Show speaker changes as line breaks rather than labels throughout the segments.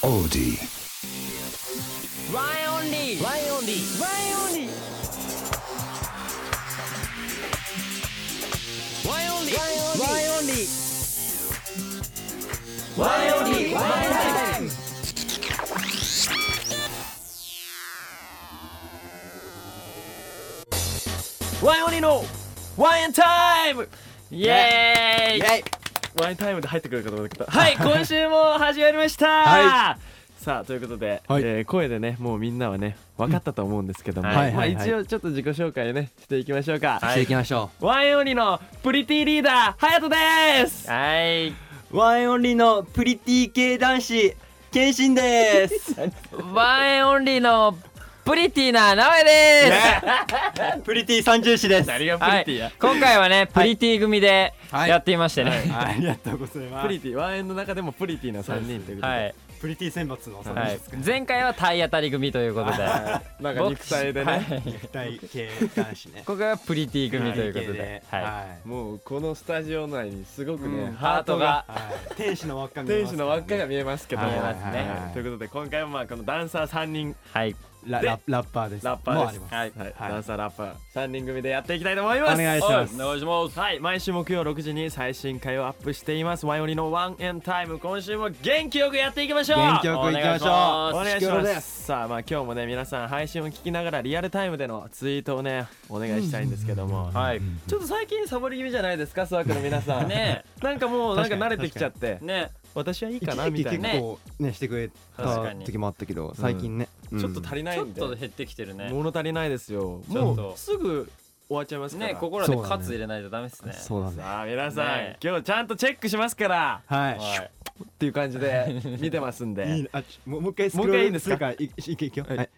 オーディ
ワンオンリーワンオンリーワンオンリーワンオンリーワンオンリーワンオンリーワンオンリーワンオンリーのワンエンタイムイエーイワインタイムで入ってくるかと思った はい今週も始まりました、さあということで、
はい
えー声でねもうみんなはね分かったと思うんですけども、
はいはい
まあ、
はいはい
一応ちょっと自己紹介をねしていきましょうか、
していきましょ
ワインオンリーのプリティリーダーハヤトです
はい。
ワンエンオンリーのプリティ系男子謙信です。
ワンエンオンリーのプリティな名前です。
プリティ三重視です。
何が
はい。今回はね、プリティ組で
はい
やっていましてね。
う。ありがとうございま
プリティワインの中でもプリティな3人ということで、
はい。
プリティ選抜の
は
三
い。前回は体当たり組ということで。
なんか肉体でね、
はい
体系男子ね。
今回はプリティ組ということで。
はい
は
もうこのスタジオ内にすごくね、
い。ハートが。
はい。天使の輪っか見え
天
ます
使
からね
の輪っかが見えますけども
見えます
ね
はいということで今回もまあこのダンサー3人
はい。
ラララッパーです。
ラッパ
もう
ー
あり
です
ます。
はい、はい
はい
ダンサーラッパー3人組でやっていきたいと思います
お願いします
お願いしますはい毎週木曜6時に最新回をアップしていますワイオリのワンエンタイム今週も元気よくやっていきましょう
元気よく
お
行き
願
ま
い
し
し
ょ
お
ま
願いし
し
ま
く
す
です
さあまあ今日もね皆さん配信を聞きながらリアルタイムでのツイートをねお願いしたいんですけども、
す。はい。
ちょっと最近サボり気味じゃないですかスワークの皆さん
ね
なんかもうなんか慣れてきちゃって、
え。ね
私はいいか
一
な
時
み
期
たい
結
な、
ね
構ねしてくれ
確か
た
に
時もあったけど、最近ね、
ちょっと足
り
りな
ち
い
ょっ
んで
と減ってきてるね。
物足りないですよ
ちょっと
もうすぐ終わっちゃいますから
ね心でカツ入れないとダメですね。
そうだね。
さあ皆さん、
ね
今日ちゃんとチェックしますから
は
はい。
っていう感じで見てますんで
い。いいねあちもうもう一回スクロー
もう一
ル
回いいんですか
るらいいけいけよ。
はい
はい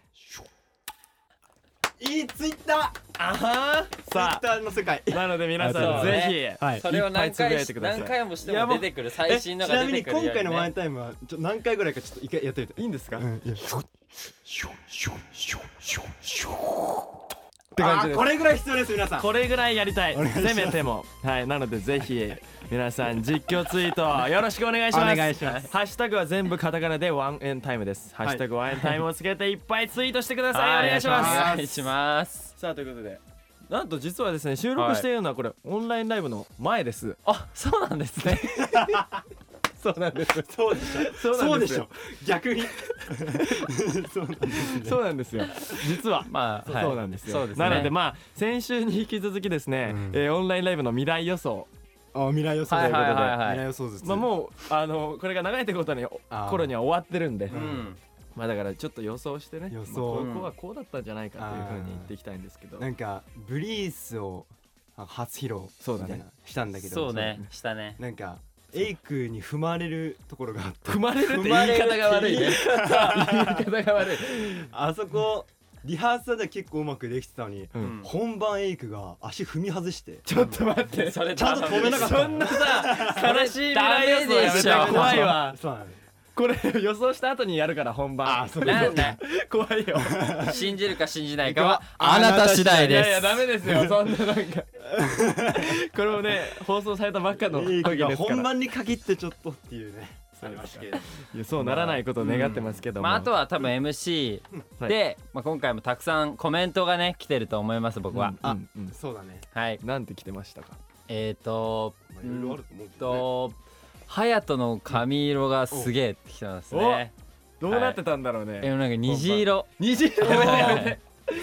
いいツイッタ
あは
ー。
さ
ツイッターの世界。
あなので皆さ
そ
ん
うね
ぜひ、
はい。
それを何
いっぱいつぶや
回
いて
し
ください
何回もして
いや
も
もう
出てくる最新の
ち
が
な
出
み
て
に
くるよう
今
にね
回のワンタイムはちょ何回ぐらいかちょっと一回やってみて。
いいんですか、
うん、いや
って感じ
あ
で
ー
す
これぐらい必要です皆さん。
これぐらいやりたいせめてもはいなのでぜひ皆さん実況ツイートよろしくお願いします
お願いします
ハッシュタグは全部カタカナでワンエンタイムです、ハッシュタグワンエンタイムをつけていっぱいツイートしてください、
はい
お願いします
お願いします。
さあということでなんと実はですね収録しているのはこれ、オンラインライブの前です
あ、そうなんですね。
そうなんです
そうでしょ。
そ
そうう
で
で
し
し
ょ
ょ。逆に。 そうなんですね。
そうなんですよ実は
まあ、はい
そうなんですよ
そうですね
なのでまあ先週に引き続きですね、
うん
えーオンラインライブの未来予想、
あ未来予想
は
とい
いう
ことで
はいはいは
未来
い。
予想図。
まあ、もうあのこれが流れてることに
あー
頃には終わってるんで、
うん。
まあだからちょっと予想してね
予想
まあ高校はこうだったんじゃないかというふうに言っていきたいんですけど、
なんかブリースをあ初披露
そうだね
みたいなしたんだけど。
そうね、したね。
なんかエイクに踏まれるところがあって
踏まれるって
言
言
い
い方
方
が
が
悪
悪
い
い
ね
ね。言い方が悪い。
あそこリハーサルでは結構うまくできてたのに、
うん
うん
本番エイクが足踏み外して
ちょっと待って
それ
ちゃんと止めなかった
そんなさ悲しい未来予想やめた
ダメでしょ
ら怖いわ
そうなんです
これ予想した後にやるから本番
なんだ
怖いよ
信じるか信じないかはあなた次第
いやい
で
や
す
ダメですよそんななんかこれもね放送されたばっかの
エイ
時
ク
で
が
すから
本番に限ってちょっとっていうね
そうですか
けれど
いやそうならないことを願ってますけども、
まああとは多分 MC
はい
で、まあ、今回もたくさんコメントがね来てると思います僕は、
うんうんうん
そうだね
はい
なんて来てましたか
えっ、ー、と
まあ
う
いろいろあ
ん
ると思うけど、ね、
と隼人の髪色がすげえってきてますね
どうなってたんだろうね、
えなんか虹色
虹色
も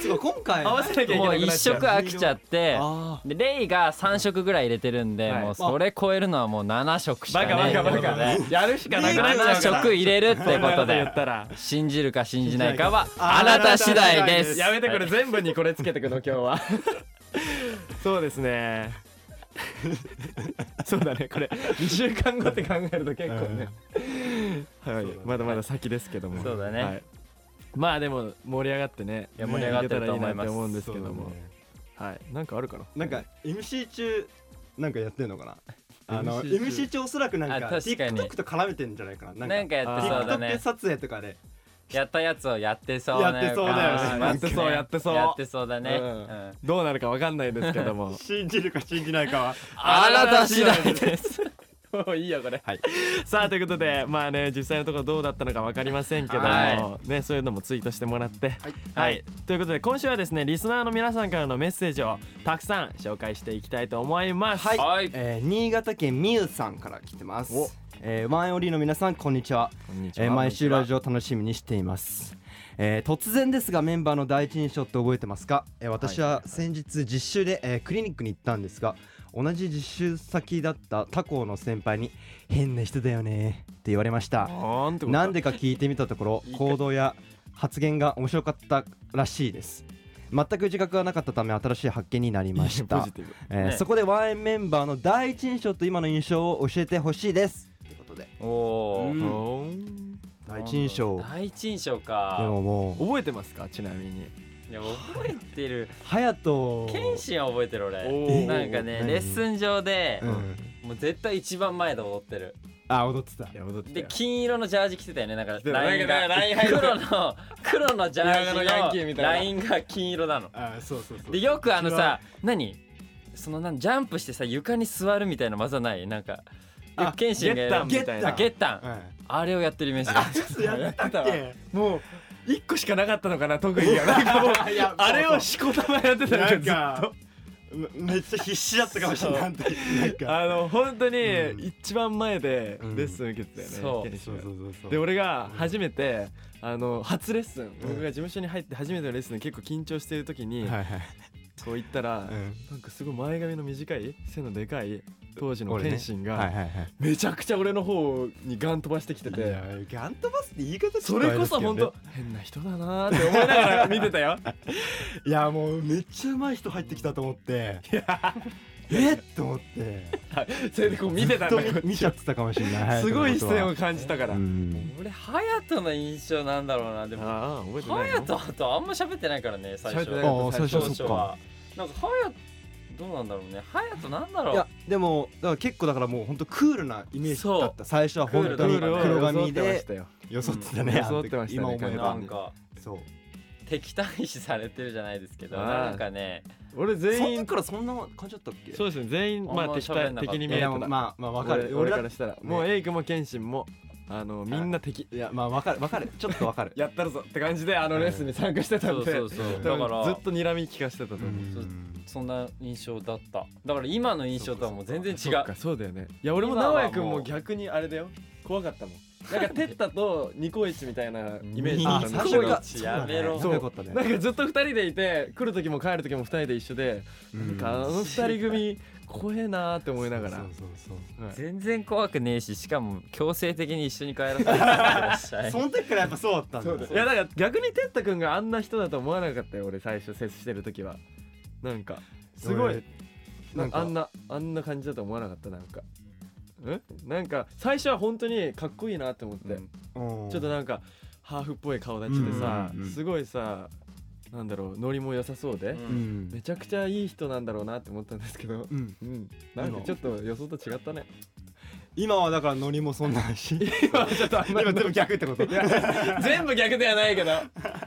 そう今回
合わせなきゃいけなく
う
なっちゃう
一色飽きちゃって
あ
でレイが3色ぐらい入れてるんで、
はい
もうそれ超えるのはもう7色しか
バ
ね
カバカバカ
ね
やるしかなくなっちゃ
7
うから
色入れるって
そんな
こ
ことと言
で
ったら
信じるか信じないかはあなた次第です
やめてこれ全部にこれつけてくの今日はそうです ねそうだねこれ2週間後って考えると結構ね、はい
そうだね
まだまだ先ですけども
そうだね
はいまあでも盛り上がってね
いや盛り上がってると思います
けたらな思うんです
そう
け
だ
ども、
ね
はいなんかあるかな
なんか MC 中なんかやってんのかなあの
MC 中
MC 中おそらくなん
あ
か
確かに
TikTok と絡めてんじゃないかな
なんかやってそうだ
TikTok
ね
撮影とかで
やったやつをやってそうな
やってそうだよね
感じしますね
やってそうやってそう
やってそうだね、
う
うんん
どうなるかわかんないですけども
信じるか信じないかは
あなた次第です
もういいよこれ、
はい
さあということでまあね実際のところどうだったのか分かりませんけども、
は
ね、そういうのもツイートしてもらってはい、ということで今週はですねリスナーの皆さんからのメッセージをたくさん紹介していきたいと思います
はい、
はい
えー新潟県みゆさんから来てます
お、
えーワンオリの皆さんこんにちは
こんにちは
えー毎週ラジオ楽しみにしています、えー突然ですがメンバーの第一印象って覚えてますか、えー私は先日実習で、えークリニックに行ったんですが同じ実習先だった他校の先輩に「変な人だよね」って言われました
なんてことだ
なんでか聞いてみたところ
いいか
行動や発言が面白かったらしいです全く自覚がなかったため新しい発見になりまし
ポ
た
ジ、ティブ
えー
ね
そこでワンエンメンバーの第一印象と今の印象を教えてほしいですということで
おお
うん
ー。
第一印象で
第一印象か。
ももう
覚えてますかちなみに
いや覚えてる。
隼人
剣心は覚えてる
お
俺。
ー
なんかね
何
レッスン上で、
うん
もう絶対一番前で踊ってる。
あ踊ってた
いや戻って
で金色のジャージ着てたよねなんか
着てた
ライン
な
が
んかライン入って
黒の黒のジャ
田舎のヤンキ
ー
ー
ジ
み
の
たいな
ラインが金色なの。
あそうそうそ
でよくあのさ何そのなんジャンプしてさ床に座るみたいな技ないなんか
あ
剣心がやる
ゲッタンみたいな
あゲッタンあれをやってるイメージだ
やってたわもう一個しかなかったのかな特技がなんかもう あれをしこたまやってたの
なん
かずっと
かめめっちゃ必死だったかもしれないなんてなんか
あの本当
うん
に一番前でレ
うん
ッスン受けてたよね、
そう
剣士
そ
が
うそうそうそう
で俺が初めてあの初レッスン、僕が事務所に入って初めてのレッスンで結構緊張してる時に、
はいはい
そう言ったら、
うん
なんかすごい前髪の短い背のでかい当時の
俺ね
謙信が、
はいはいはい
めちゃくちゃ俺の方にガン飛ばしてきてて。
でガン飛ばすって言い方
それこそ本当変な人だなーって思いながら見てたよ
いやもうめっちゃうまい人入ってきたと思っ てえっと思って
それでこう見てたんだ
ずっと見見ちゃってたかもしれない
すごい視線を
か
感じたから、
うん
俺隼人の印象なんだろうなでも
ああ覚えてないの
隼人とあんま喋ってないからね最初
喋って
ああ最初
当初
そっか
はなんか隼人どうなんだろうね隼人なんだろ
いうやでもだから結構だからもう本当クールなイメージだった最初は
クー
本
ル
当
だ
に
ったね
黒髪
装ってま
で
したよ
装ってたね
装ってましたね
今思え
な
ば
んか
そう
敵対視されてるじゃないですけど
ああ
なんかね
俺全員
からそんな感じだったっけ
そうですね全員ま
あん
あ
ま
敵
喋
対
んなかった
敵に
い
見え
や
た
でもまあまあわかる
俺
俺
ら
だ
からしたら、もうエイクもケンシンもあのみんな敵
いやまあわかるわかるちょっとわかる
やったるぞって感じであのレッスンに参加してた
そ
ん
う
で、
そうそう
多
だ
分
から
ずっと睨み聞かしてたと思う、
そうそんな印象だっただから今の印象とはもう全然違
そっ
う
かそうだよねいや俺も
今は
直
もう
哉君も逆にあれだよ怖かったもんなんかテッタとニコイチみたいなイメージだ
あ
っ
ー
たん
最初
だけど
が
そうだねやめろ
そうよかった
なん
ね
かずっと二人でいて来る時も帰る時も二人で一緒で、
うん
なんかあの二人組怖えなーって思いながら
そうそうそう
全然怖くねえししかも強制的に一緒に帰らせていらっしゃ
そう
い
その時からやっぱそうだったんだ
いやだから逆にてったくんがあんな人だと思わなかったよ俺最初接してる時はなんかすごい
な
なんん
か
かあんなあんな感じだと思わなかったなんかんなんか最初は本当にかっこいいなって思って、
うん
ょ
ちょっとなんかハーフっぽい顔立ちでさ、
うんうんうん
すごいさなんだろうノリも良さそうで、
うん
うん
めちゃくちゃいい人なんだろうなって思ったんですけど
うん
うん、なんかちょっと予想と違ったね。
今はだからノリもそんなし
今ちょっとあんま
今
り
全部逆ってこと
いや全部逆ではないけど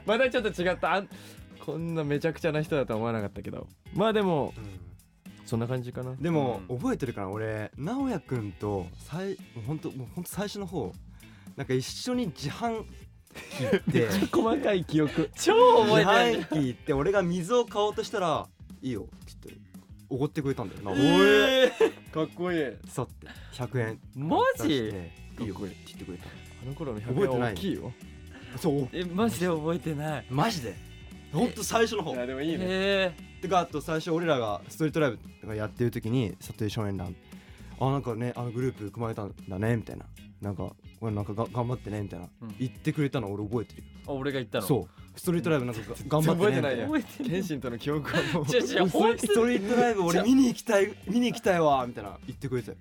またちょっと違ったあんこんなめちゃくちゃな人だとは思わなかったけどまあでもそんな感じかな
でも、
うん
覚えてるかな俺直哉くんと最本当もう本当最初の方なんか一緒に自販機 行って
細かい記憶
超
自
覚えてる
販機行って俺が水を買おうとしたら「いいよ」って言っておごってくれたんだよな、
えかっこいい
さって100円
マ
出し
ジ
ていいよ」って言ってくれ
あの頃の
覚えて
100円
な
はい大きいよ
たそう
えマジで覚えてない
マジで本当最初の方
いやでもいいね
へえ
てかあと最初俺らがストリートライブとかやってる時に佐藤少年団あなんかねあのグループ組まれたんだねみたいななんか俺なんかが頑張ってねみたいな、
うん
言ってくれたの俺覚えてるよ
あ俺が言ったの
そうストリートライブなん かが頑張ってねみたいな
覚えてない
謙信との記憶はもう
違う違う本
スト
当に
リートライブ俺見に行きた い見に行きたいわみたいな言ってくれてたよ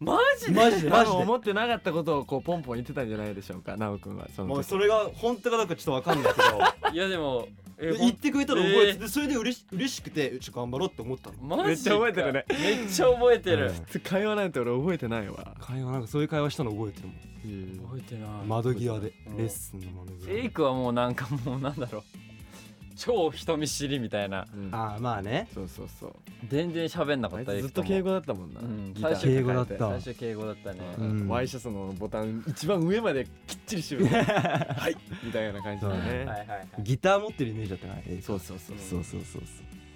マジで
マ ジで
多
マジ
分
で
思ってなかったことをこうポンポン言ってたんじゃないでしょうか奈くんはその
もう
時
それが本当かどうかちょっとわかんないけ
いやでもえ
ど で
ほん
言ってくれたの覚えて
え
て、それで嬉し嬉しくてちょっと頑張ろうって思ったの
マジか
めっちゃ覚えてるね
めっちゃ覚えてる
うん
会話なんて俺覚えてないわ
会話なんかそういう会話したの覚えてるもん
覚えてない
窓際で
うん
レッスンの窓際
エイクはもうなんかもうなんだろ超人見知りみたいな
うん
ああまあね
そうそうそう
全然喋んなか
あ
っ
い
た
つずっと敬
語
語だったもんな、
うん
ギター
最初
敬語だっ
変えて
た
最初敬語だったね
う
うんん
ワイシャツのボタン一番上まできっちり 締めてはいみたいな感じだね、
はいはいはい
ギター持ってるイメージだったからね
そうそうそう
そうそうそうそう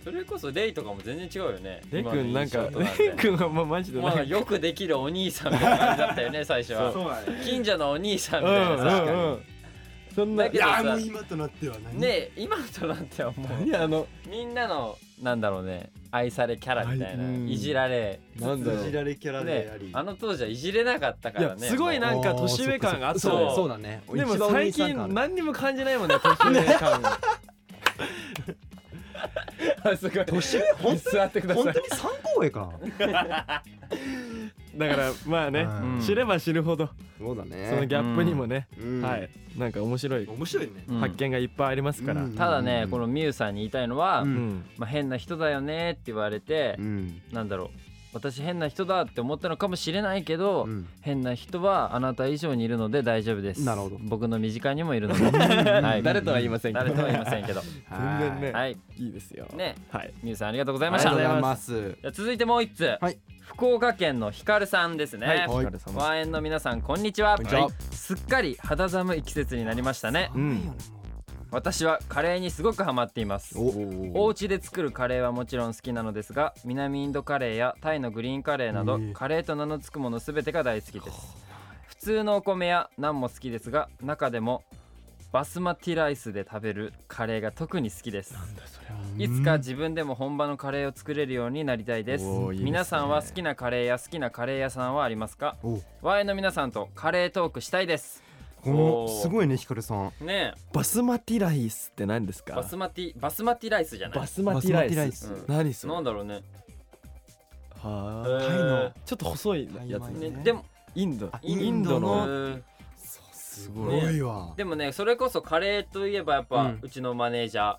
それこそレイとかも全然違うよね
レイくんなんか
今の印象となんて
レイくんはまあマジでなん
ま
か
あよくできるお兄さんみたいな感じだったよね最初 は
うだね
近所のお兄さん
う
みたいなさ、
んうんうんそんない
やーもう
今となっては何
ねえ今となってはもう
何あの
みんなのなんだろうね愛されキャラみたいな、
はいうん
いじられ
なんだろう
られキャラ
ねあの当時はいじれなかったか
い
ら
や
ね
すごいなんか年上感があった
そう
ね
そうだね
でも
一番お兄
最
さん感あ
近
る
何にも感じないもんね年上感が
もうすごい
年上本
座ってくだ
本
さい
当に参考絵か
だからまあね
うん
知れば知るほど
そうだ
その
ね
ギャップにもね
うん
はいなんか面白い
面白いね
うん
発見がいっぱいありますから
うん
ただねこのミュウさんに言いたいのは、
うん
まあ、変な人だよねって言われて
う、ん
なんだろう私変な人だって思ったのかもしれないけど、
うん
変な人はあなた以上にいるので大丈夫です
なるほど
僕の身近にもい るので、はい、
誰とは言いませんけど
誰とは言いませんけど
全然ね
はい
いいですよ
ね
はい
ミュウさんありがとうござい
あ
ま
り
し
が
た
とうござい
じゃ
ます
あ続いてもう一つ、
はい
福岡県のひかるさんですね、
はいお
はい
疲れ様
ワンエンの皆さんこんにちは
こんにちは
すっかり肌寒い季節になりましたね
うん
私はカレーにすごくハマっています
お
お
お
家で作るカレーはもちろん好きなのですが南インドカレーやタイのグリーンカレーなど、
ええ
カレーと名の付くもの全てが大好きです普通のお米やナンも好きですが中でもバスマティライスで食べるカレーが特に好きですいつか自分でも本場のカレーを作れるようになりたいです
おーいいですね
皆さんは好きなカレーや好きなカレー屋さんはありますか
お
ワイの皆さんとカレートークしたいです
こ
おー
のすごいねヒカルさん
ね
バスマティライスって何です
え
か
バスマティバスマティライスじゃな
バ
い
スマティライ
バ
ス
ス
マティライス
何それ
なん
は
だろうね
あ、
えー
タイのちょっと細いやつ
タイ米
ね
ね
ね
でも
インド
あ
インド
インドの
の
うん
す
ご
い
わ
でもねそれこそカレーといえばやっぱ、
う
うんちのマネージャ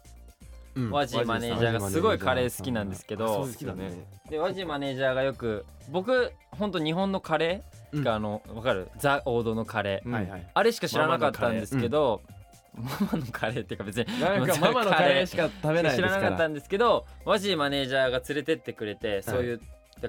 う
ー
ん
和ジマネージャーがすごいカレー好きなんですけ
そ
ど
う好きだね
で和ジマネージャーがよく僕ほんと日本のカレーが、あのわかるザ王道のカレー、
うん
はいはい
あれしか知らなかったんですけどママのカレー,、っていうか別に
なんかママのカレーしか食べない
知
ですから
なかった
ら
んですけど和ジマネージャーが連れてってくれてそういう、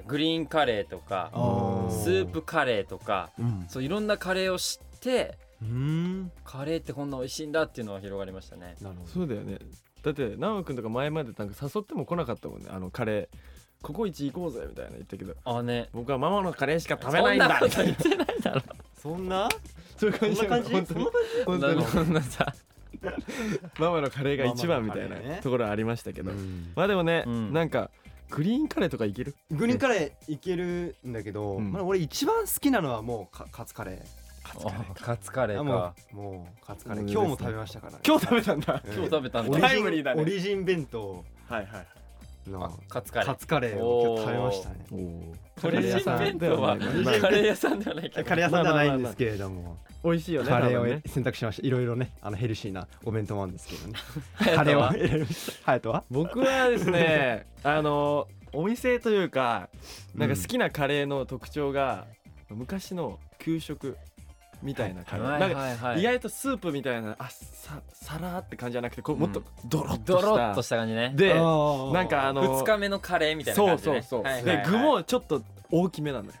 グリーンカレーとか
あ
スープカレーとか
うん
そういろんなカレーを知って
うん
カレーってこんな美味しいんだっていうのは広がりましたね
なるほ
そうだよねだってナオくんとか前までなんか誘っても来なかったもんねあのカレーココイチ行こうぜみたいな言ったけど
あね
僕はママのカレーしか食べないんだ
そんなこと言ってないだろ
そんな
そういう
そ
感
ん
じ
な感 じ
本当に本当に
そんなさ
ママのカレーが一番みたい
ママのカレー
な
ね
ところありましたけどまあでもね
うん
なんかグリーンカレーとかいける
グリーンカレーいけるんだけど、
うん
まあ、俺一番好きなのはもうかカツカレ
カツカレ
ー
ー
も
か
うもうカツカレー
うん
今日も食べましたから、ね、
今日食べたんだ
うん
今日食べたん
オ
だ
リジン
タイムリーだね
オリジン弁当
はいはい
あ
の
カツカレ
カ
ー
ツカレーを今日食べましたね
おお
オリジン弁当は
カ
カレ
レー屋さんでは
ー屋さんでは
ないまあ
ないけど
カレー屋さんではないんですけれども、
美味しいよね
カレ
多分
ー
ね
を選択しましたいろいろねあのヘルシーなお弁当もあるんですけど ね
は
カレーを選びました隼人は
僕はですねあのお店というか なんか好きなカレーの特徴が、昔の給食みたいなカレー、
はい
なんか、
はいはい
意外とスープみたいなあささらーって感じじゃなくてこう
うん
もっとドロッと
ド
した、
ロッとした感じね
でな
なん
かあの
二日目のカレーみたいな感じ
そう
ね
そうそう、
はいはいはい
で具もちょっと大きめなのよ、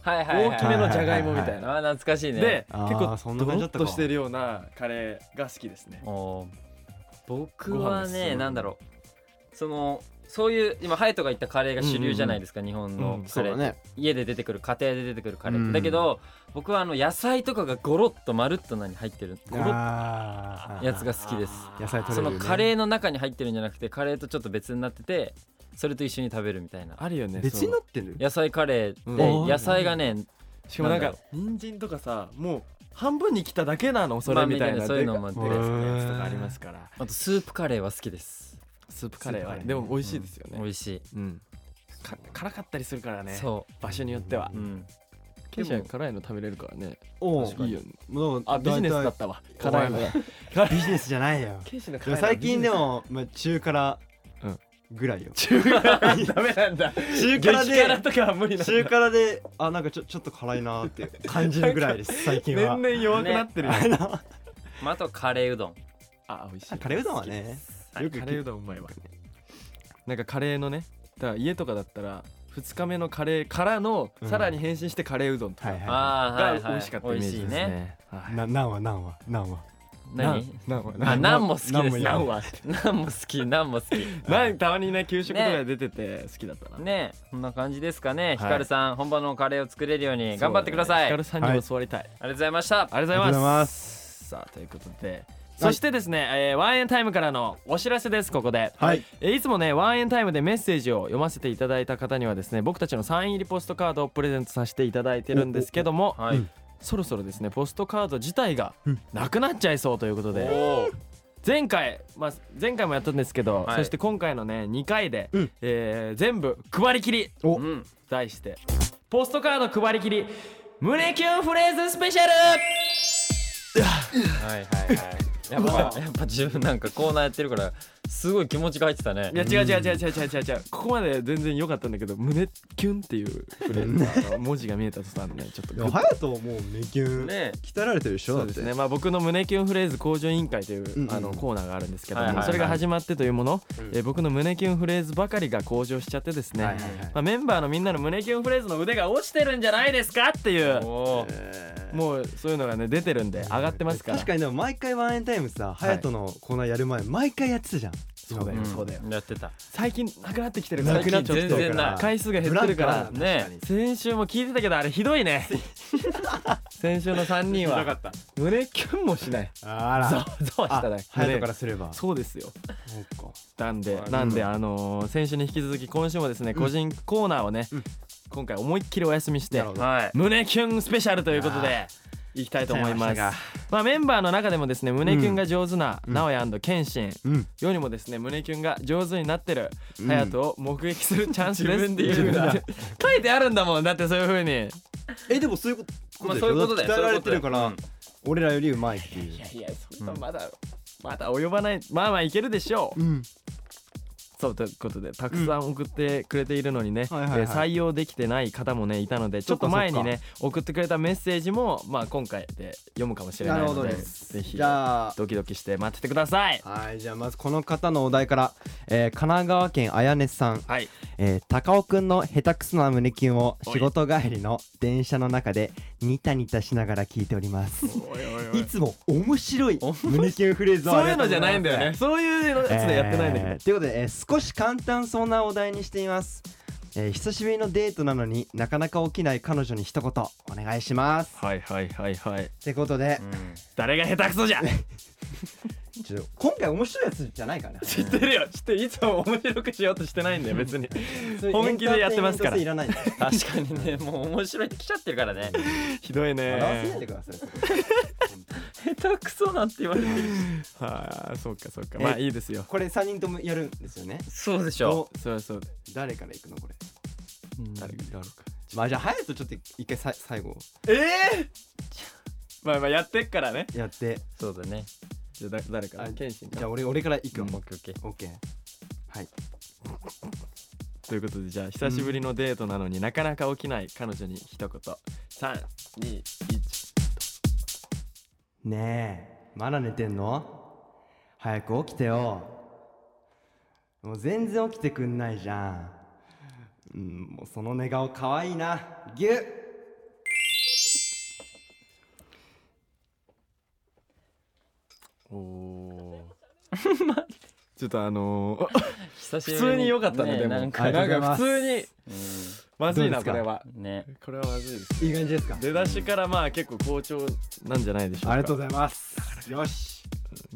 はいはいはい
大きめのじゃがいもみたいな、
あー懐かしいね
で
あー
結
そ
構
んな
ド
感じだ
ロッ
った
と
か
してるようなカレーが好きですね
おー僕
ご飯
は
ですごい
ねなんだろうそのそういう今ハヤトが言ったカレーが主流じゃないですか、日本
うん
のカレー、
ね
家で出てくる家庭で出てくるカレーって、
うん
だけど僕はあの野菜とかがゴロッとまるっと何入ってるゴロッ
あー
やつが好きです
野菜取
そ
れるよ
の
ね
カレーの中に入ってるんじゃなくてカレーとちょっと別になっててそれと一緒に食べるみたいな
あるよね
別になってる
野菜カレー
うん
で野菜がね
しかもなん
な
か
んだ
人参とかさもう半分に切っただけなのそ
ま
れ
あ
みたい
みた
な
いなそういうのも
で
あっ
か
て
いやつとかありますから
あとスープカレーは好きです
スープカレーは
スープカレー
でも美味しいですよ
美
ね
味し
うんか辛かったりするから
い
ね
そ
場所によっては
ううん
ケイちゃん辛いの食べれるからね
お
いいよね
もう
あビジネスだ
大
ったわ
大
辛いの
お
が
前体ビジネスじゃないよ
ケイシの辛いのは
最近でも、まあ、中辛
うん
ぐらいよ、
ビジネスだ ダメなんだ
中
激
辛
辛
で
とかは無理なんだ
中辛であなんかちょちょっと辛いなーって感じるぐらいです最近
年
は
々弱くなってる よ
あの
まああとカレーうどん
あ美味しい
カレーうどんはね
あ
よ
れ
く聞
カレーうどんうまいわなんかカレーのねだから家とかだったら2日目のカレーからの
うん
さらに変身してカレーうどんとか
はいはい
ああ、はい、
が
はい、
美味しかったイメー
美味
ジ
しい
です
ね。
ねはい
ななんはなんはなんは
何？
なんは
あ、
なん
何も好きです。
なん
何
も
は、 何も好き、何も好き。
なんかたまにね給食とかで出てて好きだったな
ねえ、こんな感じですかね。
い
ヒカルさん、本場のカレーを作れるように頑張ってください。あ
ヒカ
り
ルさんにも教わりたい
がとうございました。
ありがとうござい
ありがとうござい
ま。
ます
さあということで、そしてですね、えーワンエンタイムからのお知らせです、ここで。
はい
えーいつもね、ワンエンタイムでメッセージを読ませていただいた方にはですね、僕たちのサイン入りポストカードをプレゼントさせていただいてるんですけども、
はい。
そろそろですね、ポストカード自体が
うん
なくなっちゃいそうということ
お
で、
お。
前回、まあ、前回もやったんですけど、
はい
そして今回のね、2回で、
うん
えー全部配りきり
お
うん。
題してポストカード配りきり胸キュンフレーズスペシャル
はいはいはい。やっぱやっぱ自分なんかコーナーやってるからすごい気持ちが入ってたね
い。や違う違う違う違う違う違う違うここまで全然良かったんだけど胸キュンっていうフレーズあの文字が見えた途端ねちょっとグッ
隼人もう胸キュン
ね
鍛えられてるでしょ
そ
だ
う
っ
です
て
ねまあ僕の胸キュンフレーズ向上委員会とい
うんうん
うあのコーナーがあるんですけど
はいはい
も
はい
それが始まってというものえー僕の胸キュンフレーズばかりが向上しちゃってですね
はいはいはい
まあメンバーのみんなの胸キュンフレーズの腕が落ちてるんじゃないですかっていう
おおー。
えー
もうそういうのがね出てるんで上がってますから
確かにでも毎回ワンエンタイムさ隼人のコーナーやる前毎回やってたじゃん
そうだよ
ん
そうだよ
やってた。
最近なくなってきてるから
なくなっ
ちょと
全然ない
回数が減ってるから
ブランクあるな確かに
先週も聞いてたけどあれひどいね先週の3人は
った。
胸キュンもしない
あ
ざ
ら
わざわしたね
ハヤト
胸
からすれば
そうですよ
そうか
なんで
うん
なんであのー先週に引き続き今週もですね個人コーナーをね
うん
今回思いっきりお休みして
なるほど
はい。
胸キュンスペシャルということでいきたいと思います
ちゃいま
まあメンバーの中でもですね胸キュンが上手な
うん
直哉謙信
うん
よりもですね胸キュンが上手になってる
うん
隼人を目撃するチャンスです
自分で言うんだ
書いてあるんだもんだってそういう風に
えでもそういうこと
まあそういうことだよ。
鍛えられてるから
そういうことだよ
俺らよりうまいっていう
いやそれはまだ、まだ及ばないまあまあいけるでしょう
うん
そうということでたくさん送ってくれているのにね、
はいはいはい
えー採用できてない方もねいたのでちょっと
そっかそっ
前
か
にね送ってくれたメッセージもまあ今回で読むかもしれないの
なるほ
で
どです
ぜひ
じゃあ
ドキドキして待っててください
はいじゃあまずこの方のお題から、えー神奈川県あやねさん、
はい
えー、高尾くんの下手くそな胸キュンを仕事帰りの電車の中でニタニタしながら聞いておりますいつも面白い胸キュンフレーズを
そう
あ
い
りが
う
と
の
ご
じ
ざ
ゃ
ます
ないんだよねそういうのやつでやってないんだけど、
えーということで、えー少し簡単そうなお題にしています、えー久しぶりのデートなのになかなか起きない彼女に一言お願いします
はいはいはいはい
ってことで、
誰が下手くそじゃ
ちょっと今回面白いやつじゃないかな
知ってるよ知ってるいつも面白くしようとしてないんだよ別に
そういう
本気でやってますから
エンターテインメント性いらないん
うん確かにね、もう面白いって来ちゃってるからね。
ひどい
で笑わせないで
ね
くださいそこ
下手くそなんて言われてる。
はあそうかそうか
え
まあいいですよ
これ3人ともやるんですよね
そうでしょ。
ど
そうそう
う誰からいくのこれ
誰が誰か
まあじゃあ隼人ちょっと一回さ最後
ええ まあまあやってっからね
やって
そうだね。
じゃあだ誰か
あ
ら謙信
じゃ
か
あ俺俺からいく
オ
よ
ッケーオッケー。
オッケーはい
ということでじゃあ久しぶりのデートなのになかなか起きない彼女に一言321
ねえまだ寝てんの早く起きてよもう全然起きてくんないじゃんうんもうその寝顔かわいいなぎゅっ
おおちょっとあのー、
久し
普
ぶり
通に良かったねでも
なん
あ
か
りがとうござい
なんか
ます
普通にまずいな
ど
こ
うですか
れは
ね。
これはまずいです
いい感じですか
出だしからまあ結構好調なんじゃないでしょうか
ありがとうございますよし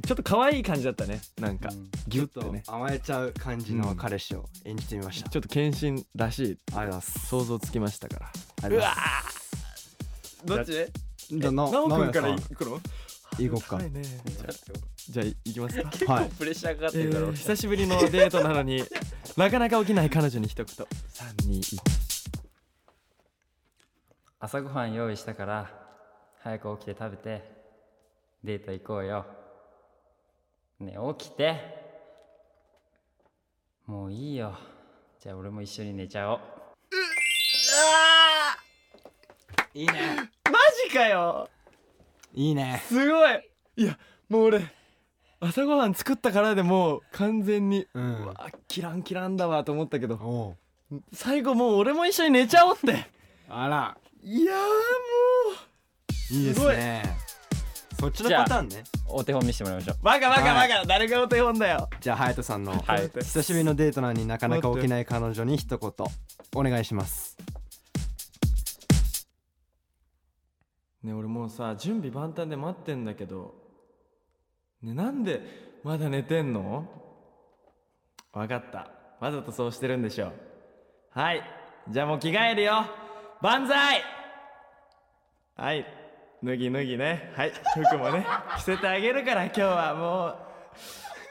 ちょっと可愛い感じだったねなんか、
うん
ギュッ
ち
と
ょっと
ね
甘えちゃう感じの彼氏を演じてみました、
ちょっと謙信らしい
ありがとうございます
想像つきましたから
ありがとうございます
どっち
じゃあな
なおくんから
直哉
行く
さ
の
ん行こうか
高いねじゃあじゃあ行きますか、
はい
プレッシャーかかって
え
るだろ
ー、
う。
久しぶりのデートなの になかなか起きない彼女に一言321
朝ごはん用意したから早く起きて食べてデート行こうよねえ起きてもういいよじゃあ俺も一緒に寝ちゃおう
いいね
マジかよ
いいね
すごいいやもう俺朝ごはん作ったからでもう完全に
うん
あキランキランだわと思ったけど
おう
最後もう俺も一緒に寝ちゃおうって
あら
いやーも
いいですねそっちのパターンね
お手本見せてもらいましょう
うバカバカ
は
バ
い
カ、誰がお手本だよ
じゃあ隼人さんの
はい
久しぶりのデートなのになかなか起きない彼女に一言お願いします
ねえ俺もうさ準備万端で待ってんだけどねえなんでまだ寝てんのわかったわざとそうしてるんでしょうはいじゃあもう着替えるよ万歳はい脱ぎ脱ぎねはい服もね着せてあげるから今日は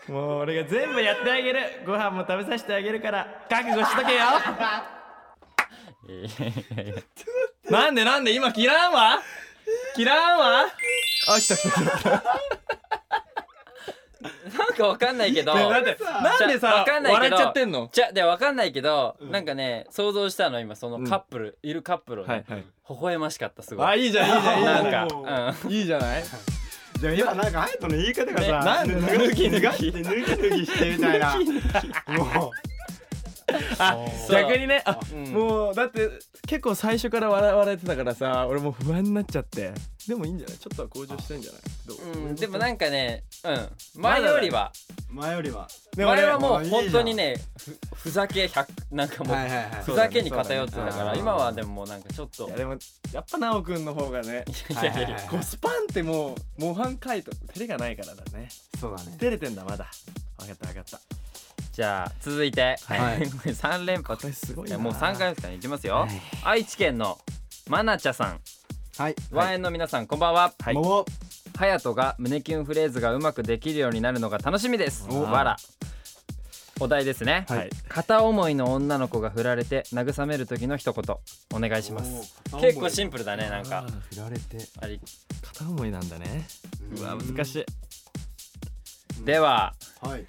もうもう俺が全部やってあげるご飯も食べさせてあげるから覚悟しとけ
い
よ
やいやいや
なんでなんで今着らんわ着らんわあ来た来た来た
なんかわかんないけど
ねだってなんで
じゃ
さ
わかんないけ
笑
ど
っちゃってんの
じゃでわかんないけど、なんかね想像したの今そのカップル、いるカップルをね、
はいはい
微笑ましかったすごい
あいいじゃんいいじゃんいいじゃん
なん
お
か、
いいじゃない
じゃあ今なんか隼人の言い方が
ね
なんで
脱ぎ脱ぎ脱ぎ脱ぎしてみたいなも
あ
そう
逆にねあ
うんうん
もうだって結構最初から笑われてたからさ俺もう不安になっちゃってでもいいんじゃないちょっとは向上してんじゃないどう
うんでもなんかね、うん、前よりは、
う前よりは
でもね
前はも
あ
う
いいじゃん
本当にねふふざけ100なんかもう、
はいはいはい
ふざけに偏ってた
そう
か
だ
ら、
ね
今はでももうなんかちょっと
いやでもやっぱ奈くんの方がね
いやいやいや
はい
コスパンってもう模範解答照れがないからだね
そうだね
照れてんだまだ分かった分かった
じゃあ続いて、
はい
3連発
これすごい
い
な
やもう3回ですからねいきますよ、
はい
愛知県のマナチャさん、
はい
ワンエンの皆さんこんばんは
はい
も
ハヤトが胸キュンフレーズがうまくできるようになるのが楽しみです
お
わらお題ですね、
はい
はい
片思いの女の子が振られて慰める時の一言お願いします
おー
結構シンプルだねなん
あ
か
ー
振られて
あり
片思いなんだねうわ難しい
では
はい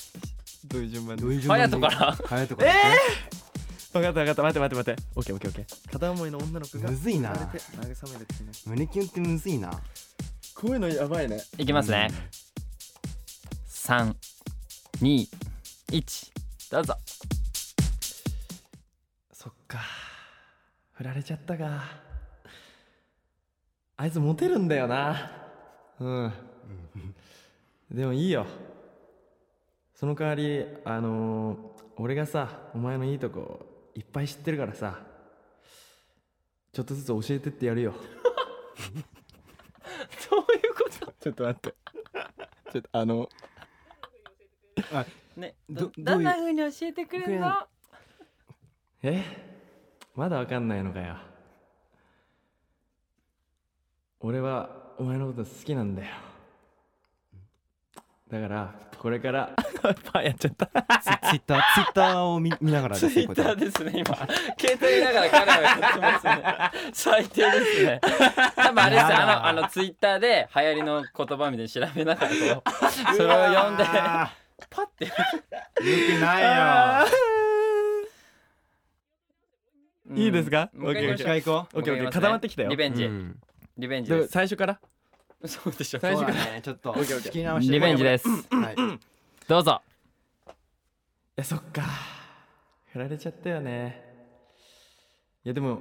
どういう順番で
どういう順
隼
番
人
で
から
隼人から
分かった分かった待って待って待ってオッケーオッケーオッケー片思いの女の子が
むずいな
振られて慰めるってね
胸キュンってむずいな
こういうのやばいね
いきますね321どうぞ
そっか振られちゃったかあいつモテるんだよなうんでもいいよその代わりあのー俺がさお前のいいとこいっぱい知ってるからさちょっとずつ教えてってやるよどういうこと ちょっと待ってちょっとあの
ね
ど
どどんな
ど
風に教えてくれる
どう
の
えまだわかんないのかよ俺はお前のこと好きなんだよだからこれからパーやっち ゃった
ツイッターツイッターを見見ながら
ツ
で
イ
すね
ッターですね今携帯見ながら彼はやってますね最低ですね多分あれですよあのあのツイッターで流行りの言葉みたいに調べなが らこうそれを読んでパッて
よくないよ
いいですか
もう一回
オ
言いましょう
ッケー
一回行こ
オッケーオッケー
もう一回言いますね
固まってきたよ
リベン
う
ジ
ん
リベンジ
で
です
最初から
そうでしょ
最
そ
初
う
から
だねちょっと
オッケーオッケー
聞き直して
リベンジです
はい
どうぞ
いやそっか振られちゃったよねいやでも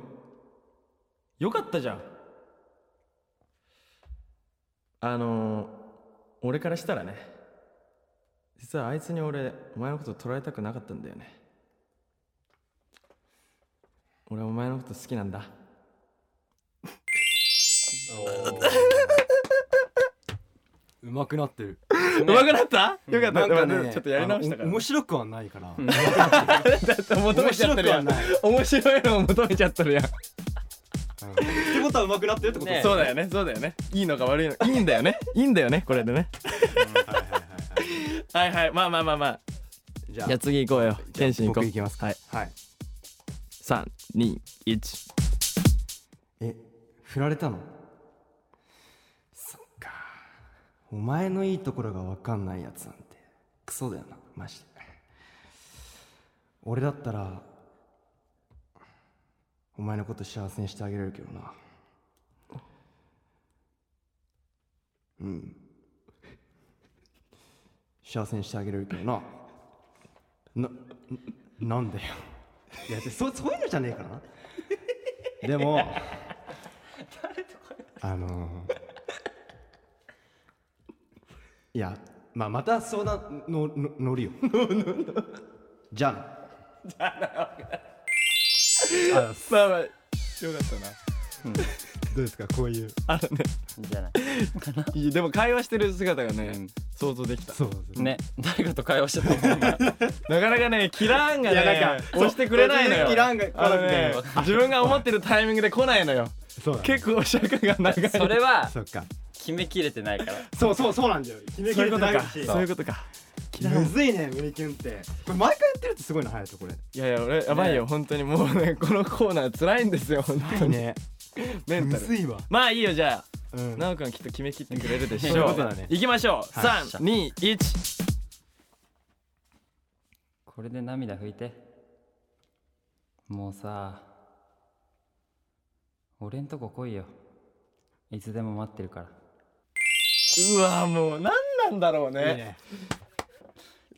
よかったじゃんあのー、俺からしたらね実はあいつに俺お前のこと捉えたくなかったんだよね俺はお前のこと好きなんだ
うまくなってる
うまくなったよかった
なん
でもちょっとやり直したか
あ
ら
のお面白くはないから
だって求めちゃってるやん
面白くはない
面白いのを求めちゃってるやん
ってことはうまくなってるってこと
ねえ
そうだよねそうだよねいいのか悪いのかいいんだよねいいんだよねこれでねはいはいまあまあまあまあ
じゃ
じゃあ次行こうよ謙信行こう
僕行きますか
はい
はい
321
え振られたのそっかお前のいいところが分かんないやつなんてクソだよなマジで俺だったらお前のこと幸せにしてあげれるけどなうん幸せにしてあげれるけどななななんでよいやそそういうのじゃねえからなでもあのーいやまあまた相談のの乗るよ じゃあな
まあまあよかったな
どうですかこういう
あのね
じゃない
いやでも会話してる姿がね、
うん
想像できた
そうです
ね誰かと会話してたと思うが
なかなかねキラーンがなか
いやいやい
な
や
か押してくれないのよ
そうそうそうキラーンが来な
あの
くて
ね自分が思ってるタイミングで来ないのよ
そうだね
結構尺が長い
それは
そっか
決めきれてないから
そうそうそうなんだよ決め
そういうことか
し
そういうことか
むずいね胸キュンってこれ毎回やってるってすごいな隼人これ
いやいや俺やばいよ、本当にもうねこのコーナー辛いんですよ本当に
ね
メンタ
む
ル
ずいわ
まあいいよじゃあ
うん
奈くんきっと決めきってくれるでしょう
そういう
ことだね
行きましょう
はい
321
これで涙拭いてもうさ俺んとこ来いよいつでも待ってるから
うわもう何なんだろう
いい
ね
ね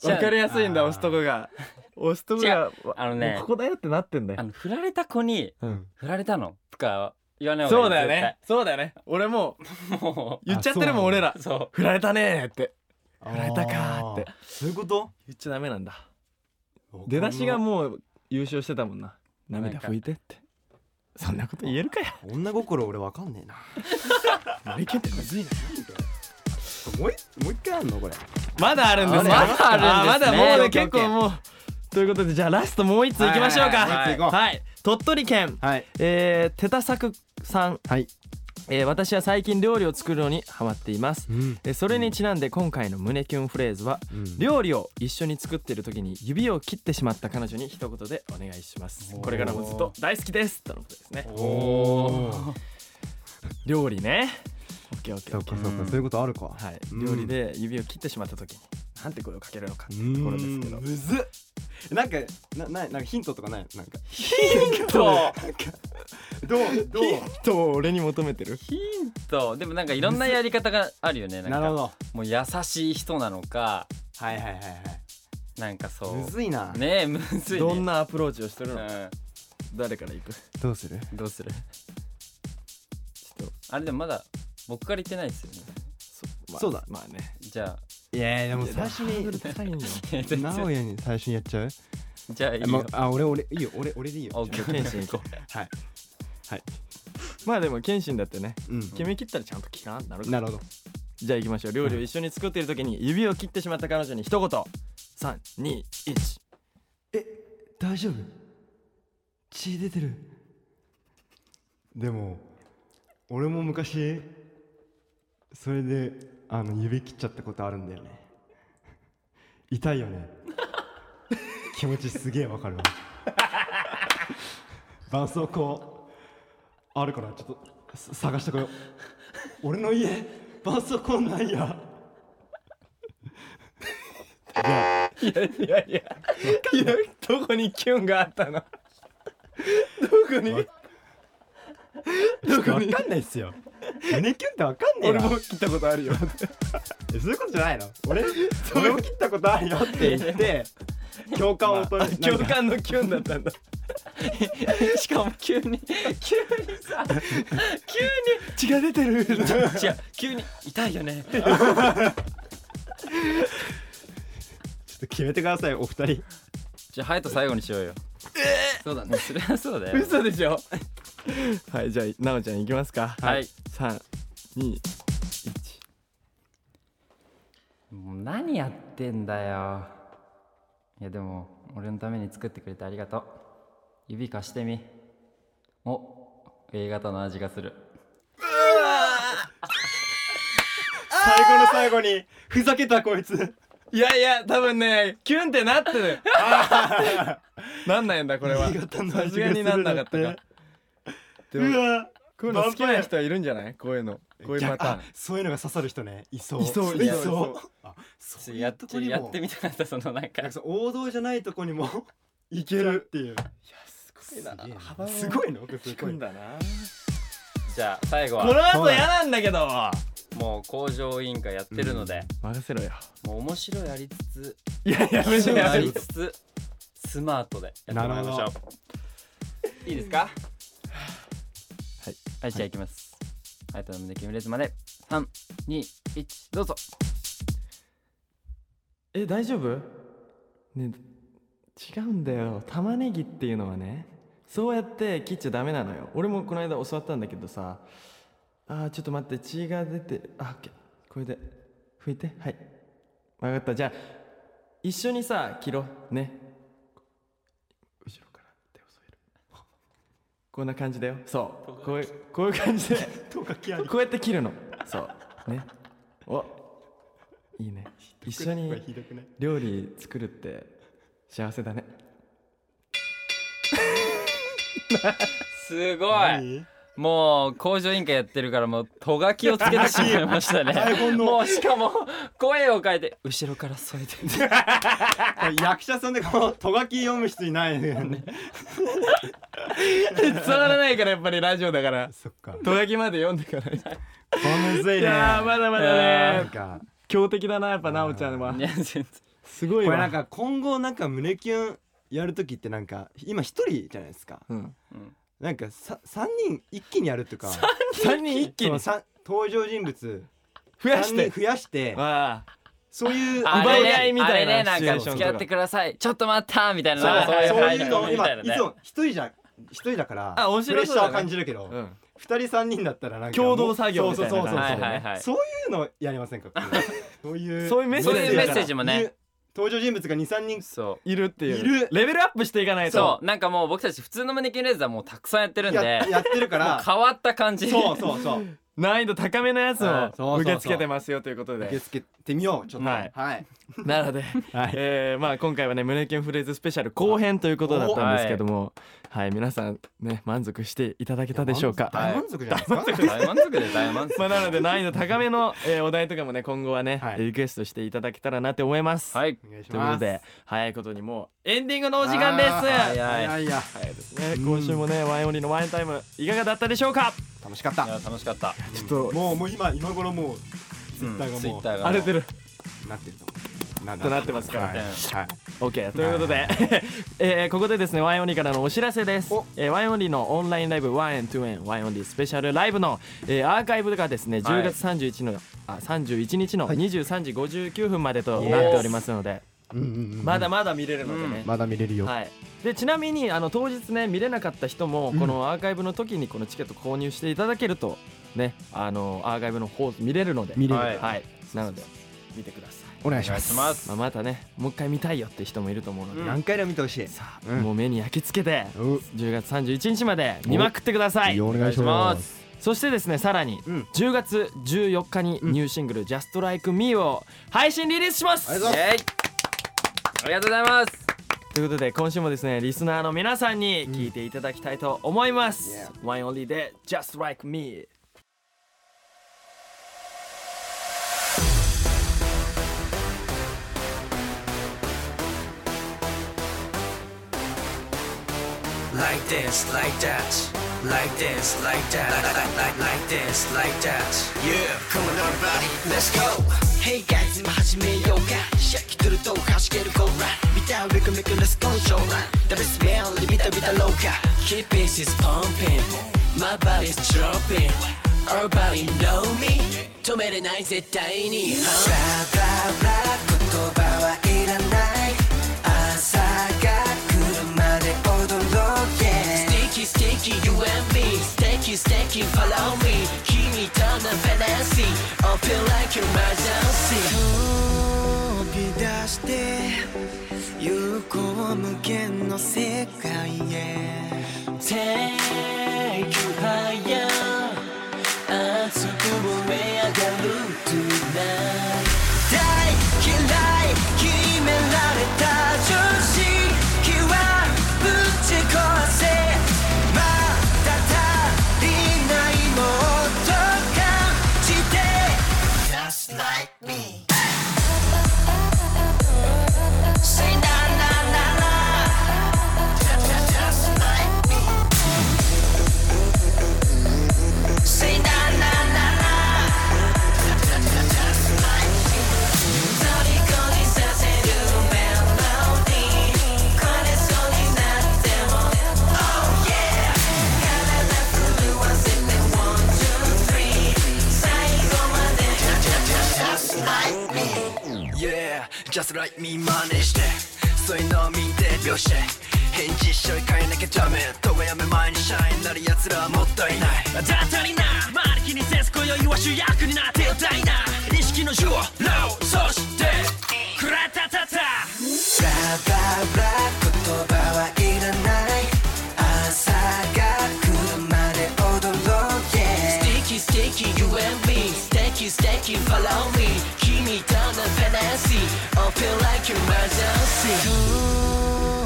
わかりやすいんだ
あー
押すとこが押すとこが
あのね
もうここだよってなってんだ
あ
よ
の振られた子に
うん
振られたのとか言わない方
そう
が
だ
いい
よねそうだよね俺もう
絶対も
言っちゃってるもん
あそう
俺ら
うそう
振られたねーって
あ
振られたかーって
そういうこと
言っちゃダメなんだ出だしがもう優勝してたもんな涙拭いてってそんなこと言えるかよ
女心俺わかんねえな
森健ってむずいな
もういもう一回あんのこれ
まだあるんですよ
あまだあるんですね
ーまだもう
オ
ね
ッケー
結構もうということでじゃあラストもう一ついきましょうか
はいはいはいもう一つ行こう
はい鳥取県
はい
えー、手田作さん、
はい
えー私は最近料理を作るのにハマっています
うん
えーそれにちなんで今回の胸キュンフレーズは料理を一緒に作ってる時に指を切ってしまった彼女に一言でお願いします
おー
これからもずっと大好きですとのことですね
おお
料理ねオッケーオッケー
そ
オ
っ
ッケー
かそっかそういうことあるか
はい、
うん
料理で指を切ってしまった時になんて声をかけるのかって
う
ところです
ん
けど
むずっなんかなななんかヒントとかないなんか
ヒント
どうど
ヒントを俺に求めてる
ヒントでもなんかいろんなやり方があるよねなん
なるほ
か
ど
もう優しい人なのか
はいはいはいはい
なんかそ
む
う
ずいな
ねえむずい、ね、
どんなアプローチをしてる
う
の、
ん
誰から行く
どうする
どうする
ちょっと
あれでもまだ僕から言ってないですよね
そ,、まあ、
そうだ
まあね
じゃあ
いやいやでも
最
最
初
初
に
に
高い んよ
直哉に最初にやっちゃう
じゃあいい
あも
よ
うあ俺俺いいよ俺俺でいいよ
オッケーオッケ
謙
ー
信行こ
はいはい、
う まあでも謙信だってね
うん、
決め切ったらちゃんと切らんなるから
なるほど
じゃあ行きましょう料理を一緒に作っている時に指を切ってしまった彼女に一言321
え大丈夫血出てるでも俺も昔それであの指切っちゃったことあるんだよね痛いよね気持ちすげえわかるわ絆創膏あるからちょっとさ探してこよう俺の家絆創膏ないや
いやいやいやいやどこにキュンがあったのどこに
ちょっとわかんないっすよ胸キュンってわかんねえ
俺
な
も切ったことあるよ
えそういうことじゃないの 俺俺も切ったことあるよって言って共感を取る、
共
なんか
感のキュンだったんだ
しかも急に 急にさ
血が出てる
違う急に痛いよね
ちょっと決めてくださいお二人
じゃあ隼人最後にしようよえそうだねそれはそうだよ
嘘でしょはいじゃあ奈緒ちゃん行きますか
はい
321
もう何やってんだよいやでも俺のために作ってくれてありがとう指貸してみお A 型の味がする
最後の最後にふざけたこいつ
いやいや多分ねキュンってなってるなんないんだこれは
新潟の
さす
味
が
がす
に
る
なん
な
なか
ん
ってたかで
う
も
わ
こういうの好きな人はいるんじゃないこういうのこういうパター
あ
ン
そういうのが刺さる人ねいそう
いそう
い
いそう
そうあそ
ちょ
う
やっ
と
ちょやってみたかったそのなんか
なんかその王道じゃないとこに もいけるっていう
すごいな
すげえな
幅を
すごいのす
聞
ご
く
い
ん
な
だな
じゃあ最後
こ
は
の後嫌なんだけど
もうもう工場委員会やってるので、
任せろよ
もう面白いありつつ
いや
面
やめろ
白いあ
やめ
り
ろ
つつスマートでやってもらいまし
な
ょ
る
ういいですか
はい、
はい、じゃあいきますはいという胸キュンレーズまで321どうぞ
え大丈夫ね違うんだよ玉ねぎっていうのはねそうやって切っちゃダメなのよ俺もこの間教わったんだけどさあーちょっと待って血が出てあオッケーこれで拭いてはい分かったじゃあ一緒にさ切ろうね後ろから手を添える こんな感じだよそうこういうこういう感じでこうやって切るのそうねおいいね一緒に料理作るって幸せだね
すごいもう工場委員会やってるからもうとがきをつけてしまいましたねもうしかも声を変えて後ろから添えて
役者さんでこのとがき読む必要ないよね
伝わらないからやっぱりラジオだから
そっか
とがきまで読んで かないと
むずいね
いやーまだまだ
なん
ね
か
強敵だなやっぱなおちゃんはい
や全然
すごい
こ
わ
れなんか今後なんか胸キュンやる時ってなんか今一人じゃないですか
うん、
なんかさ三人一気にやるとか
3人一気
そ
に
のさ登場人物
増やし
三人
て
増やして
ああ
そういう
あ
奪
れ
い
ね
合いみたいな
あれねなんか
シチュエーショ
付
ンと
き
か
合ってくださいちょっと待ったみたいな
そう
なんかそういう
そう
入
い
り
うの
み
今
たいない
つも一人じゃ一人だから
あ面白
プレッ
そ
シ
うだ
ャー
ね
は感じるけど
うん
二人三人だったらなんか
共同作業みたいな
そうそうそうそう、
はいはいはい
そういうのやりま せんかこれそういう
そういうメッセージそういうメッセー
ジもね
言う登場人物が二三人
そ
いるっていう
いる
レベルアップしていかな
う
いと
そうなんかもう僕たち普通のマネキンレーザーもうたくさんやってるんで
ややってるか
もう
ら
変わった感じ
そうそうそう
難易度高めのやつ
そ
はい
うそ
を
う
受け付けてますよということ
受け
で
付けてみようちょっと
はい
はい
なので、えーまあ、今回はね「胸キュンフレーズスペシャル」後編ということだったんですけども、はい皆さんね満足していただけたでしょうか。
大満足じゃないですか
大満足で大満足
まあ、なので難易度高めの、えーお題とかもね今後はね、
はい
リクエストしていただけたらなって思います。
はい
お願いし
というこ
ま
と
す
で早いことにもうエンディングのお時間です。
あー
はい
はい
いやいや
ですね、今週もね、 ワインオンリーのワインタイムいかがだったでしょうか
楽しかっ
いや
た
楽しかった
ちょっと
もうもう今今頃もうツイッターが
ツイ
も
ッ
う
ターがもう
荒れてる
なってると思うな
となってますから
はいはい
OK ということで、 えーここでですねワインオンリーからのお知らせです
お、
えー、ワインオンリーのオンラインライブワンエントゥエンワインオンリースペシャルライブの、えーアーカイブがですね
はい
10月31の、あ31日の23時59分までと
イエス
なっておりますので、
うんうんうん
まだまだ見れるのでね、
まだ見れるよ
はいでちなみにあの当日ね見れなかった人もこのアーカイブの時にこのチケット購入していただけるとねあのアーカイブの方見れるので
見れる
はい
はい、なので見てください、
お願
お
いし
願
ま
いし
す
ます
まあ、またねもう一回見たいよって人もいると思うので、
うん
何回でも見てほしい
さあ、
うん
もう目に焼き付けて
う
10月31日まで見まくってください
お願いし
ま
ます
す
そしてですねさらに
うん
10月14日にニューシングル「Just Like Me」を配信リリースします
あり
イ
がとうございます
エイありがとうございます
ということで今週もですねリスナーの皆さんに聞いていただきたいと思います、ワインオンリーで「Just Like Me」
Like this, like that. Like this, like that. Like, like, like, like this, like that. Yeah, come on everybody, let's go. Hey guys, 今始めようか。シャキトルとはじけるコーラ。見たウィクミクレスコンショーラン。The best smell, ビタビタローカ。Keep this is pumping. My body's dropping. Everybody know me. 止めれない絶対に。Blah, blah, blah, 言葉はいらない。朝が来るまで踊ろう yeah Sticky sticky you and me Sticky sticky follow me 君とのファナシー Open like emergency 飛び出して有効無限の世界へ Take you higher 熱く燃え上がる Tonight 大嫌い決められた常識はぶち壊せまだ足りないもっと感じて Just like me Say na na na na Just- Just just like me Yeah, just like me 真似してそういうの見て描写返事しちゃいかえなきゃダメとはやめ前にシャイになる奴らはもったいないだったりな周り気にせず今宵は主役になって歌いな意識のジュオローそしてクラタタタラバラ言葉はいらない朝が来るまで踊ろう yeah Sticky sticky you and me Sticky sticky follow me 君とのファナシー Open like your emergency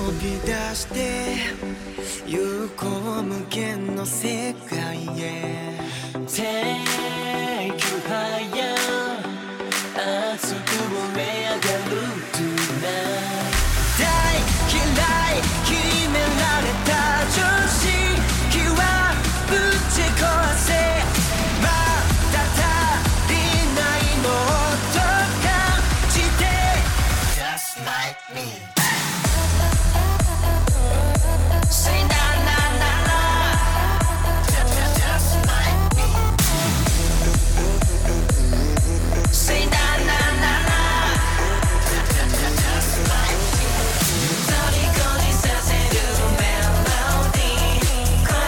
飛び出して有効無限の世界へ Take you higher 熱く燃え上がる tonight 大嫌い決められた常識はぶち壊せまだ足りないもっと感じて Just like me Say na na na na Just- Just like me Say na na na na Just like me 虜にさせるメロディー枯れそうになる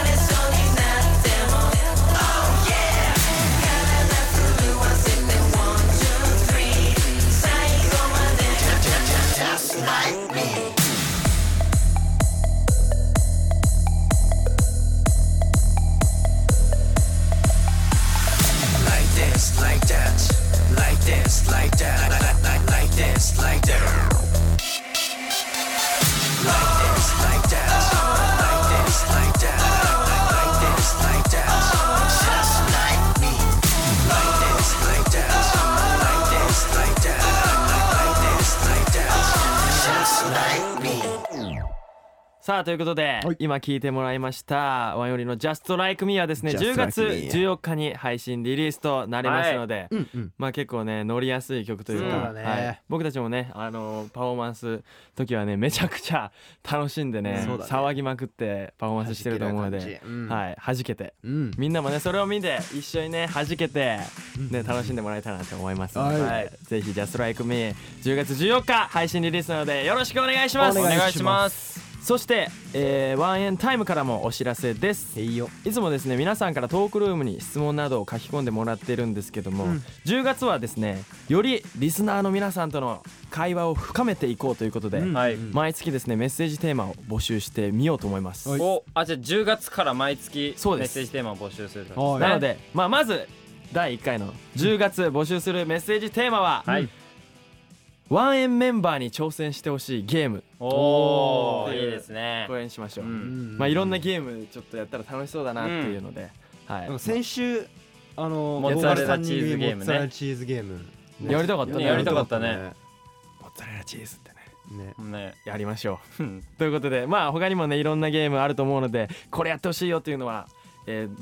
でも Oh yeah 体震わせて One two three 最後まで Just like me
さあということで、今聞いてもらいましたワンよりの「Just Like Me」はですね
Just
10月
Like Me
14日に配信リリースとなりますので、
うんうん
まあ結構ね乗りやすい曲というか
そうだね
はい、僕たちもねあのパフォーマンス時はねめちゃくちゃ楽しんでね
そうだね
騒ぎまくってパフォーマンスしてると思うの
弾ける
で
感じうん
はい弾けて
うん
みんなもねそれを見て一緒にね弾けて、ね、楽しんでもらえたらなと思いますので、
はい
はいぜひ「Just Like Me」10月14日配信リリースなのでよろしくお願いします
お願いします
そして、えーワンエンタイムからもお知らせです
いいよ
いつもですね皆さんからトークルームに質問などを書き込んでもらってるんですけども、10月はですねよりリスナーの皆さんとの会話を深めていこうということで、
うん
はい
毎月ですねメッセージテーマを募集してみようと思います、
おあじゃあ10月から毎月メ
そう
ッ
です
セージテーマを募集すると
はい
なので、まあ、まず第1回の10月募集するメッセージテーマは、
はい
ワンエンメンバーに挑戦してほしいゲーム
お
お
お
ー
いいですね
これにしましょう、
うん
まあ、いろんなゲームちょっとやったら楽しそうだなっていうので、はい
なんか先週あの
モッツァレラチーズゲー
モッ
ムね
ツァレラチーズゲームね
やりたかったね
やりたかったね
モッツァレラチーズってね
ね
ね
やりましょ
うん
うということでまあ他にもねいろんなゲームあると思うのでこれやってほしいよというのは、えー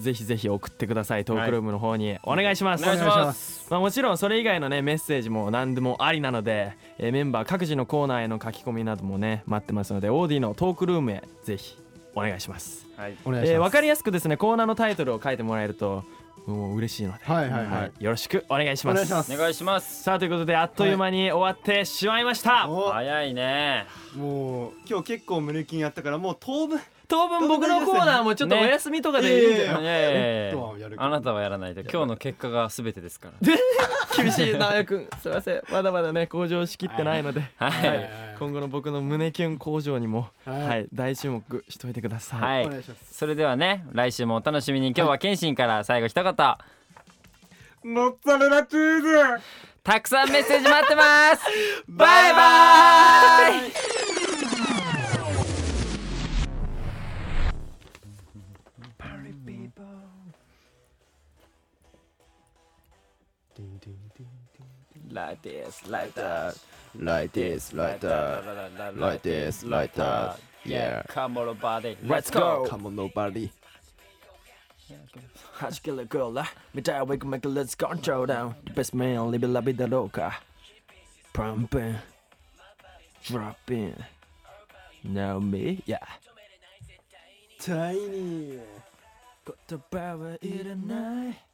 ぜひぜひ送ってくださいトークルームの方にお願いします、
お願いします
まあ、もちろんそれ以外のねメッセージも何でもありなので、えーメンバー各自のコーナーへの書き込みなどもね待ってますのでオーディのトークルームへぜひお願いします
はい
お願いします
えーわかりやすくですねコーナーのタイトルを書いてもらえるともう嬉しいので、
はいはいはい
よろしくお願いします
お願いします
お願いします
さあということであっという間に終わってしまいました、
お
早いね
もう今日結構胸筋やったからもう当分
当分僕のコーナーもちょっとお休みとかでいいんだ
い
よ、
や
いやいやいや
もっとはやるけど
あなたはやらないで今日の結果が全てですから
厳しい直哉君すいませんまだまだね向上しきってないので、
はい
はい今後の僕の胸キュン向上にも、
はい
はい、大注目しといてください、
はい
お願いします
それではね来週もお楽しみに今日は謙信から最後一言
モッツァレラチーズ
たくさんメッセージ待ってますバイバイカモロバディ Let's go!
Come on nobody
How'd you kill a girl, huh? Me die, we can make a let's control down. The best man, live it la vida loca. Pumping, dropping. Now me, yeah.
タイニー
言葉はいらない